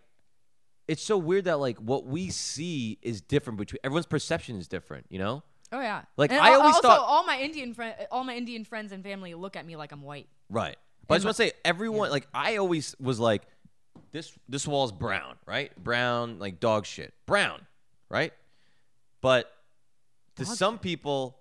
A: it's so weird that like what we see is different between everyone's perception is different, you know?
B: oh yeah.
A: Like,
B: And
A: I
B: al-
A: always
B: also,
A: thought-
B: all my Indian friend, all my Indian friends and family look at me like I'm white.
A: Right. But I just
B: And
A: want to say everyone like I always was like this this wall's brown, right? Brown like dog shit. Brown, right? But to
B: Dog
A: some people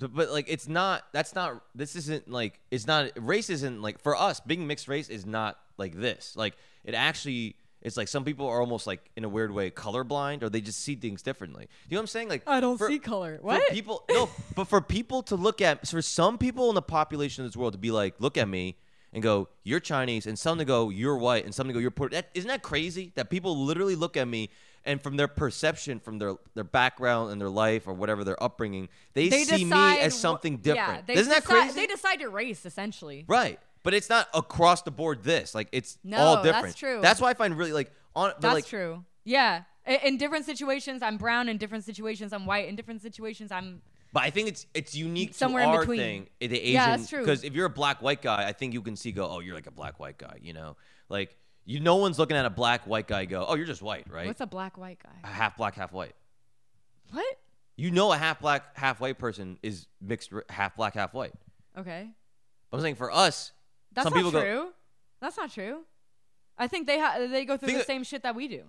A: to- but like it's not that's not this isn't like it's not race isn't like for us being mixed race is not like this like it actually it's like some people are almost like in a weird way colorblind or they just see things differently you know what i'm saying like for-
B: color.
A: for people, no, but for people to look at, for some people in the population of this world to be like, look at me and go, you're Chinese, and some to go, you're white, and some to go, you're Puerto. That, isn't that crazy? That people literally look at me and from their perception, from their their background and their life or whatever their upbringing, they,
B: They
A: see me
B: decide
A: as
B: wh-
A: something
B: yeah,
A: different.
B: they
A: isn't that
B: decide-
A: crazy?
B: They decide your race essentially.
A: Right. But it's not across the board this. Like it's
B: No,
A: all
B: that's
A: different.
B: true.
A: That's why I find really like on but,
B: That's
A: like,
B: true. Yeah. I- In different situations, I'm brown. In different situations, I'm white. In different situations, I'm
A: But I think it's it's unique
B: Somewhere
A: to
B: in
A: our
B: between.
A: thing, eh, the Asian.
B: Yeah, that's true.
A: Because if you're a black white guy, I think you can see go, oh, you're like a black white guy. You know, like you, no one's looking at a black white guy go, oh, you're just white, right?
B: what's a black white guy?
A: half black, half white.
B: What?
A: You know, a half black, half white person is mixed, r- half black, half white.
B: Okay.
A: I'm saying for us,
B: That's
A: some
B: not
A: people
B: true.
A: go,
B: That's not true. I think they ha- they go through
A: Think
B: the
A: of-
B: same shit that we do.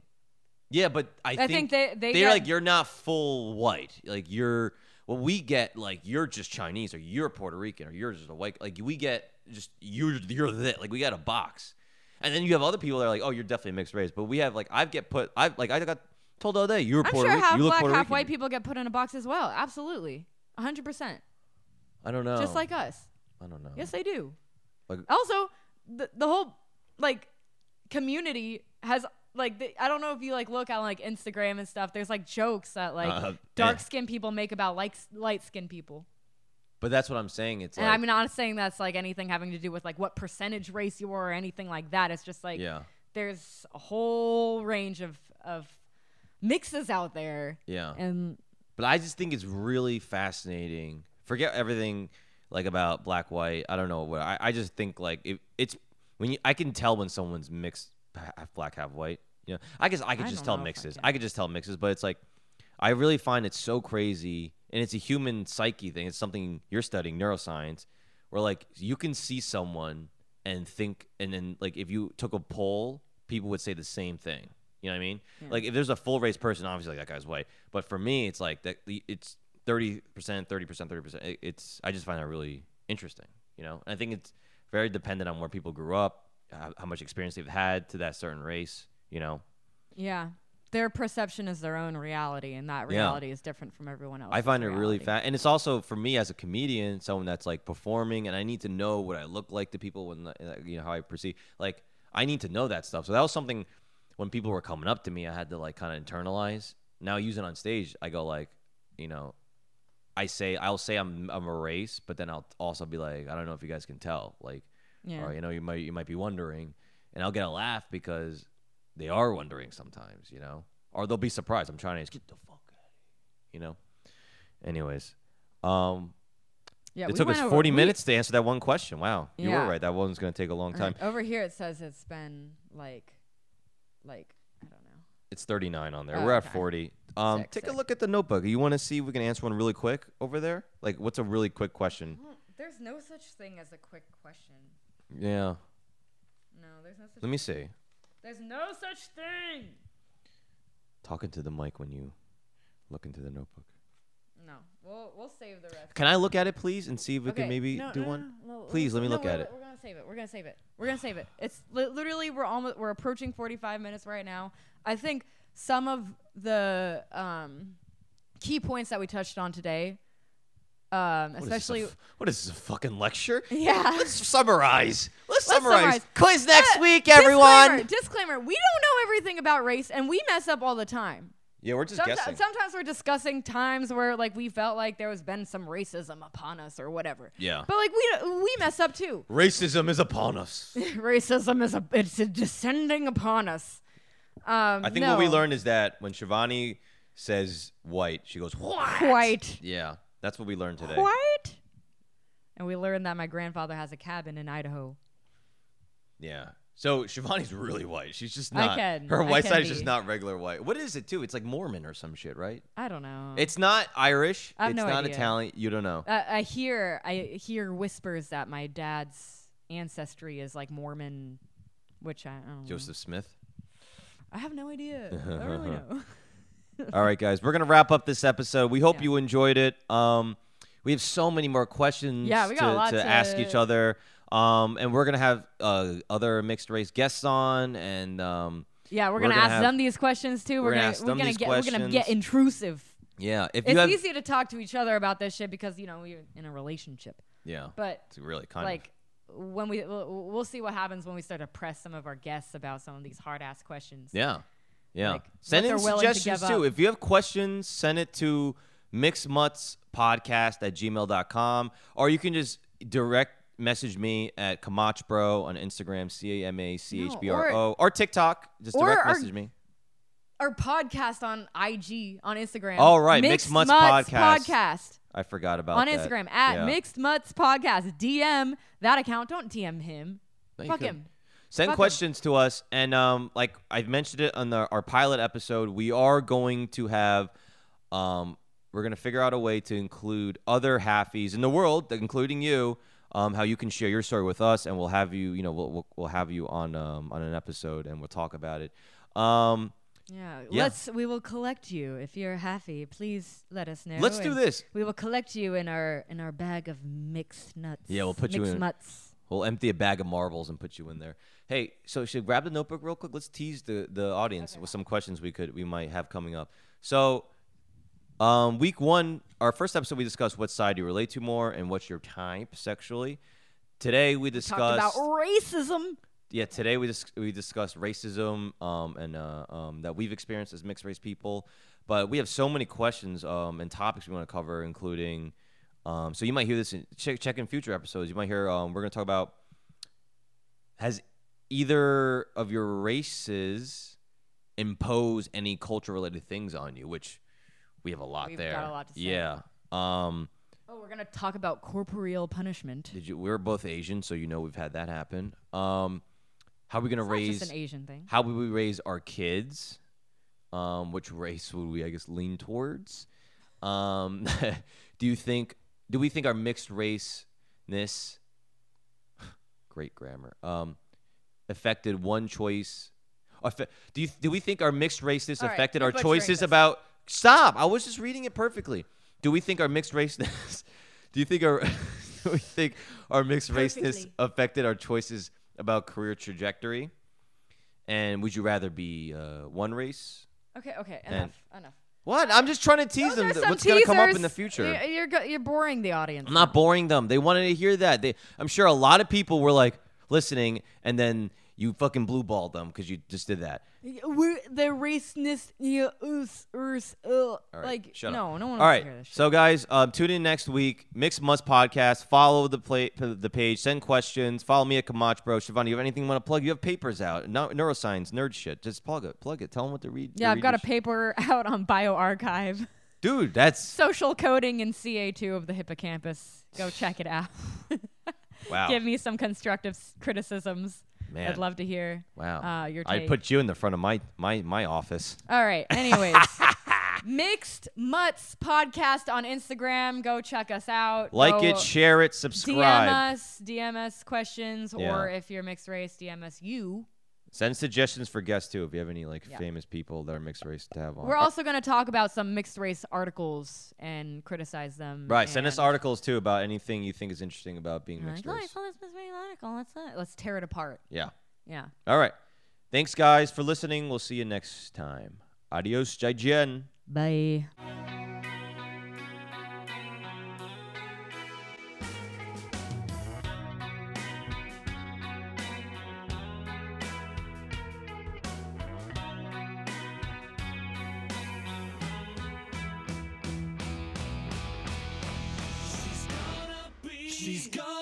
A: yeah, but I,
B: I think they- they
A: they're
B: get-
A: like you're not full white, like you're. Well, we get like you're just Chinese or you're Puerto Rican or you're just a white. Like we get just you're you're that. Like we got a box, and then you have other people that are like, oh, you're definitely mixed race. But we have like I've get put. I've like I got told the other day you were
B: I'm
A: Puerto
B: sure
A: Rican.
B: half
A: You look
B: black,
A: Puerto
B: half
A: Rican.
B: white people get put in a box as well. Absolutely, hundred percent,
A: I don't know.
B: just like us.
A: I don't know.
B: Yes, they do.
A: Oh. Like-
B: also, the the whole like community has like the, I don't know if you like look on like Instagram and stuff. There's like jokes that like
A: Uh, eh.
B: dark skinned people make about like light skinned people.
A: But that's what I'm saying. It's like
B: and I'm not saying that's like anything having to do with like what percentage race you are or anything like that. It's just like
A: yeah,
B: there's a whole range of of mixes out there
A: yeah.
B: and
A: But I just think it's really fascinating. Forget everything like about black white. I don't know what I, I just think like it, it's when you I can tell when someone's mixed half black half white. You know, I guess I could
B: I
A: just
B: don't
A: tell
B: know if I
A: mixes.
B: can.
A: I could just tell mixes, but it's like I really find it so crazy, and it's a human psyche thing. It's something you're studying neuroscience, where like you can see someone and think, and then like if you took a poll, people would say the same thing. You know what I mean? Like if there's a full race person, obviously like that guy's white. But for me, it's like that. the- It's thirty percent, thirty percent, thirty percent. It's I just find that really interesting. You know, and I think it's very dependent on where people grew up, how, how much experience they've had to that certain race. You know,
B: yeah their perception is their own reality and that
A: Yeah.
B: reality is different from everyone else
A: I find it really fat, and it's also for me as a comedian, someone that's like performing, and I need to know what I look like to people when uh, you know how I perceive. Like I need to know that stuff. So that was something when people were coming up to me, I had to like kind of internalize. Now using on stage, I go like, you know, I say I'll say I'm I'm a race, but then I'll also be like, I don't know if you guys can tell, like,
B: Yeah.
A: or you know, you might you might be wondering, and I'll get a laugh because they are wondering sometimes, you know, or they'll be surprised. I'm trying to get the fuck out, of here, you know. Anyways, um,
B: Yeah,
A: it
B: we
A: took us
B: went over-
A: 40
B: we-
A: minutes to answer that one question. Wow, you
B: Yeah. Uh-huh.
A: were right. That one's gonna take a long time.
B: alright, Over here it says it's been like, like I don't know.
A: It's 39 on there.
B: Oh,
A: We're at
B: okay.
A: 40. Um,
B: Sick,
A: take a
B: sick.
A: look at the notebook. You want to see if we can answer one really quick over there? Like, what's a really quick question?
B: Well, There's no such thing as a quick question.
A: Yeah.
B: No, there's no such.
A: Let me see.
B: There's no such thing.
A: Talking to the mic when you look into the notebook.
B: No, we'll we'll save the rest.
A: Can I look at it, please, and see if we can maybe
B: no,
A: do
B: no,
A: one?
B: no, no, no,
A: Please, let me
B: no,
A: look
B: we're-
A: at it.
B: We're gonna save it. We're gonna save it. We're gonna save it. It's li- literally we're almost we're approaching 45 minutes right now. I think some of the um, key points that we touched on today,
A: What is
B: um,
A: this, a
B: especially
A: f- what is this, a fucking lecture?
B: yeah.
A: Let's summarize. Let's,
B: Let's
A: summarize.
B: summarize.
A: Quiz next
B: Uh,
A: week, everyone.
B: Disclaimer, disclaimer: We don't know everything about race, and we mess up all the time.
A: Yeah, we're just
B: Someti-
A: guessing.
B: sometimes we're discussing times where like we felt like there was been some racism upon us or whatever.
A: Yeah.
B: But like we we mess up too.
A: Racism is upon us.
B: Racism is a it's descending upon us. Um,
A: I think what we
B: no.
A: learned is that when Shivani says white, she goes, what?
B: White.
A: Yeah, that's what we learned today.
B: White. And we learned that my grandfather has a cabin in Idaho.
A: Yeah. So Shivani's really white. She's just
B: I
A: not.
B: can-
A: her
B: I
A: white
B: can
A: side is just
B: be.
A: not regular white. What is it too? It's like Mormon or some shit, right?
B: I don't know.
A: It's not Irish.
B: Uh, I have
A: it's
B: no
A: not
B: idea.
A: Italian. You don't know.
B: uh, I hear I hear whispers that my dad's ancestry is like Mormon, which I I don't know.
A: Joseph Smith.
B: I have no idea. I don't really know.
A: All right, guys, we're gonna wrap up this episode. We hope
B: Yeah.
A: you enjoyed it. Um, we have so many more questions.
B: Yeah, we got
A: to,
B: a lot
A: to
B: to-
A: ask each other. Um, and we're gonna have uh, other mixed race guests on, and um,
B: Yeah, we're,
A: We're
B: gonna,
A: gonna
B: ask
A: have-
B: them these questions too. We're,
A: gonna
B: gonna,
A: ask
B: we're
A: them
B: gonna
A: these
B: get we're gonna get
A: questions.
B: intrusive.
A: yeah, if
B: It's
A: you have,
B: easy to talk to each other about this shit because you know we're in a relationship.
A: yeah,
B: But
A: it's really kind
B: like when we we'll, we'll see what happens when we start to press some of our guests about some of these hard ass questions.
A: Yeah. Yeah.
B: Like,
A: send
B: what
A: in
B: they're willing to
A: suggestions
B: give
A: too.
B: up.
A: If you have questions, send it to mixmutspodcast at gmail.com or you can just direct message me at Kamachbro on Instagram, C A M A C H B R O, or TikTok. Just
B: or
A: direct
B: our-
A: message me.
B: Our podcast on IG on Instagram.
A: All right, Mixed
B: Mixed
A: Mutts Podcast.
B: Podcast
A: I forgot about
B: on
A: that.
B: Instagram at
A: Yeah.
B: Mixed Mutts Podcast. DM that account. Don't DM him.
A: No, you
B: Fuck
A: could.
B: him.
A: Send
B: Fuck 'em.
A: questions to us, and um, like I've mentioned it on the, our pilot episode, we are going to have, um, we're gonna figure out a way to include other halfies in the world, including you. Um, how you can share your story with us, and we'll have you, you know, we'll we'll, we'll have you on um, on an episode, and we'll talk about it. Um,
B: Yeah.
A: Yeah.
B: Let's we will collect you if you're happy. Please let us know.
A: Let's do
B: and
A: this.
B: We will collect you in our in our bag of mixed nuts.
A: Yeah, we'll put you
B: mixed
A: in-
B: mutts.
A: we'll empty a bag of marbles and put you in there. Hey, so should grab the notebook real quick. Let's tease the the audience with some questions we could we might have coming up. So Um, week one, our first episode, we discussed what side you relate to more and what's your type sexually. Today we
B: Talked about
A: discussed
B: racism.
A: yeah. Today we dis- we discussed racism um, and uh, um, that we've experienced as mixed race people. But we have so many questions um, and topics we want to cover, including. Um, so you might hear this in check, check in future episodes. You might hear um, we're going to talk about has either of your races impose any culture related things on you, which we have a lot
B: We've got
A: there.
B: a lot to say.
A: Yeah. Um,
B: Oh, we're gonna talk about corporeal punishment.
A: did you? We're both Asian, so you know we've had that happen. Um, how are we going to
B: It's not
A: raise?
B: just an Asian thing.
A: how would we raise our kids? Um, which race would we, I guess, lean towards? Um, do you think? Do we think our mixed raceness? Great grammar. Um, affected one choice. affe- do you? Do we think our mixed raceness
B: All right,
A: affected
B: you're
A: our
B: butchering
A: choices
B: this.
A: about? Stop! I was just reading it perfectly. Do we think our mixed raceness? do you think our? do we think our mixed raceness
B: Perfectly.
A: affected our choices about career trajectory? And would you rather be uh, one race?
B: Okay, okay,
A: And-
B: enough, enough.
A: What? I'm just trying to tease
B: Those
A: them.
B: are
A: th-
B: some
A: what's going to come up in
B: teasers.
A: the future?
B: You're you're, go- you're boring the audience.
A: I'm not boring them. They wanted to hear that. They, I'm sure a lot of people were like listening, and then You fucking blue balled them because you just did that.
B: We're the raceness, yeah, us, us, uh.
A: All right,
B: like
A: shut
B: no,
A: up.
B: no one wants
A: All right,
B: to hear this. Shit.
A: so guys, um, tune in next week. Mixed Must Podcast. Follow the play, the page. Send questions. Follow me at Kamach Bro. Siobhan, you have anything you want to plug? You have papers out. No, neuroscience, nerd shit. Just plug it. Plug it. Tell them what to read.
B: yeah, I've
A: read
B: got
A: your
B: a paper out on bioarchive,
A: shit. Dude, that's
B: social coding in CA2 of the hippocampus. Go check it out.
A: wow.
B: Give me some constructive s- criticisms.
A: Man.
B: I'd love to hear.
A: wow.
B: Uh, your
A: I
B: take.
A: put you in the front of my my my office.
B: All right. Anyways, Mixed Mutts podcast on Instagram. Go check us out.
A: Like
B: Go
A: it, share it,
B: DM
A: subscribe.
B: us, DM us questions, or
A: Yeah.
B: if you're mixed race, DM us you.
A: Send suggestions for guests too. If you have any like
B: Yeah.
A: famous people that are mixed race to have on.
B: We're also going to talk about some mixed race articles and criticize them.
A: right. Send us
B: and-
A: articles too about anything you think is interesting about being
B: You're
A: mixed
B: Like, oh, I
A: race.
B: saw this mixed race article. Let's, uh, let's tear it apart.
A: Yeah.
B: Yeah.
A: All right. Thanks, guys, for listening. We'll see you next time. Adios, Jai Jen.
B: Bye.
D: She's gone.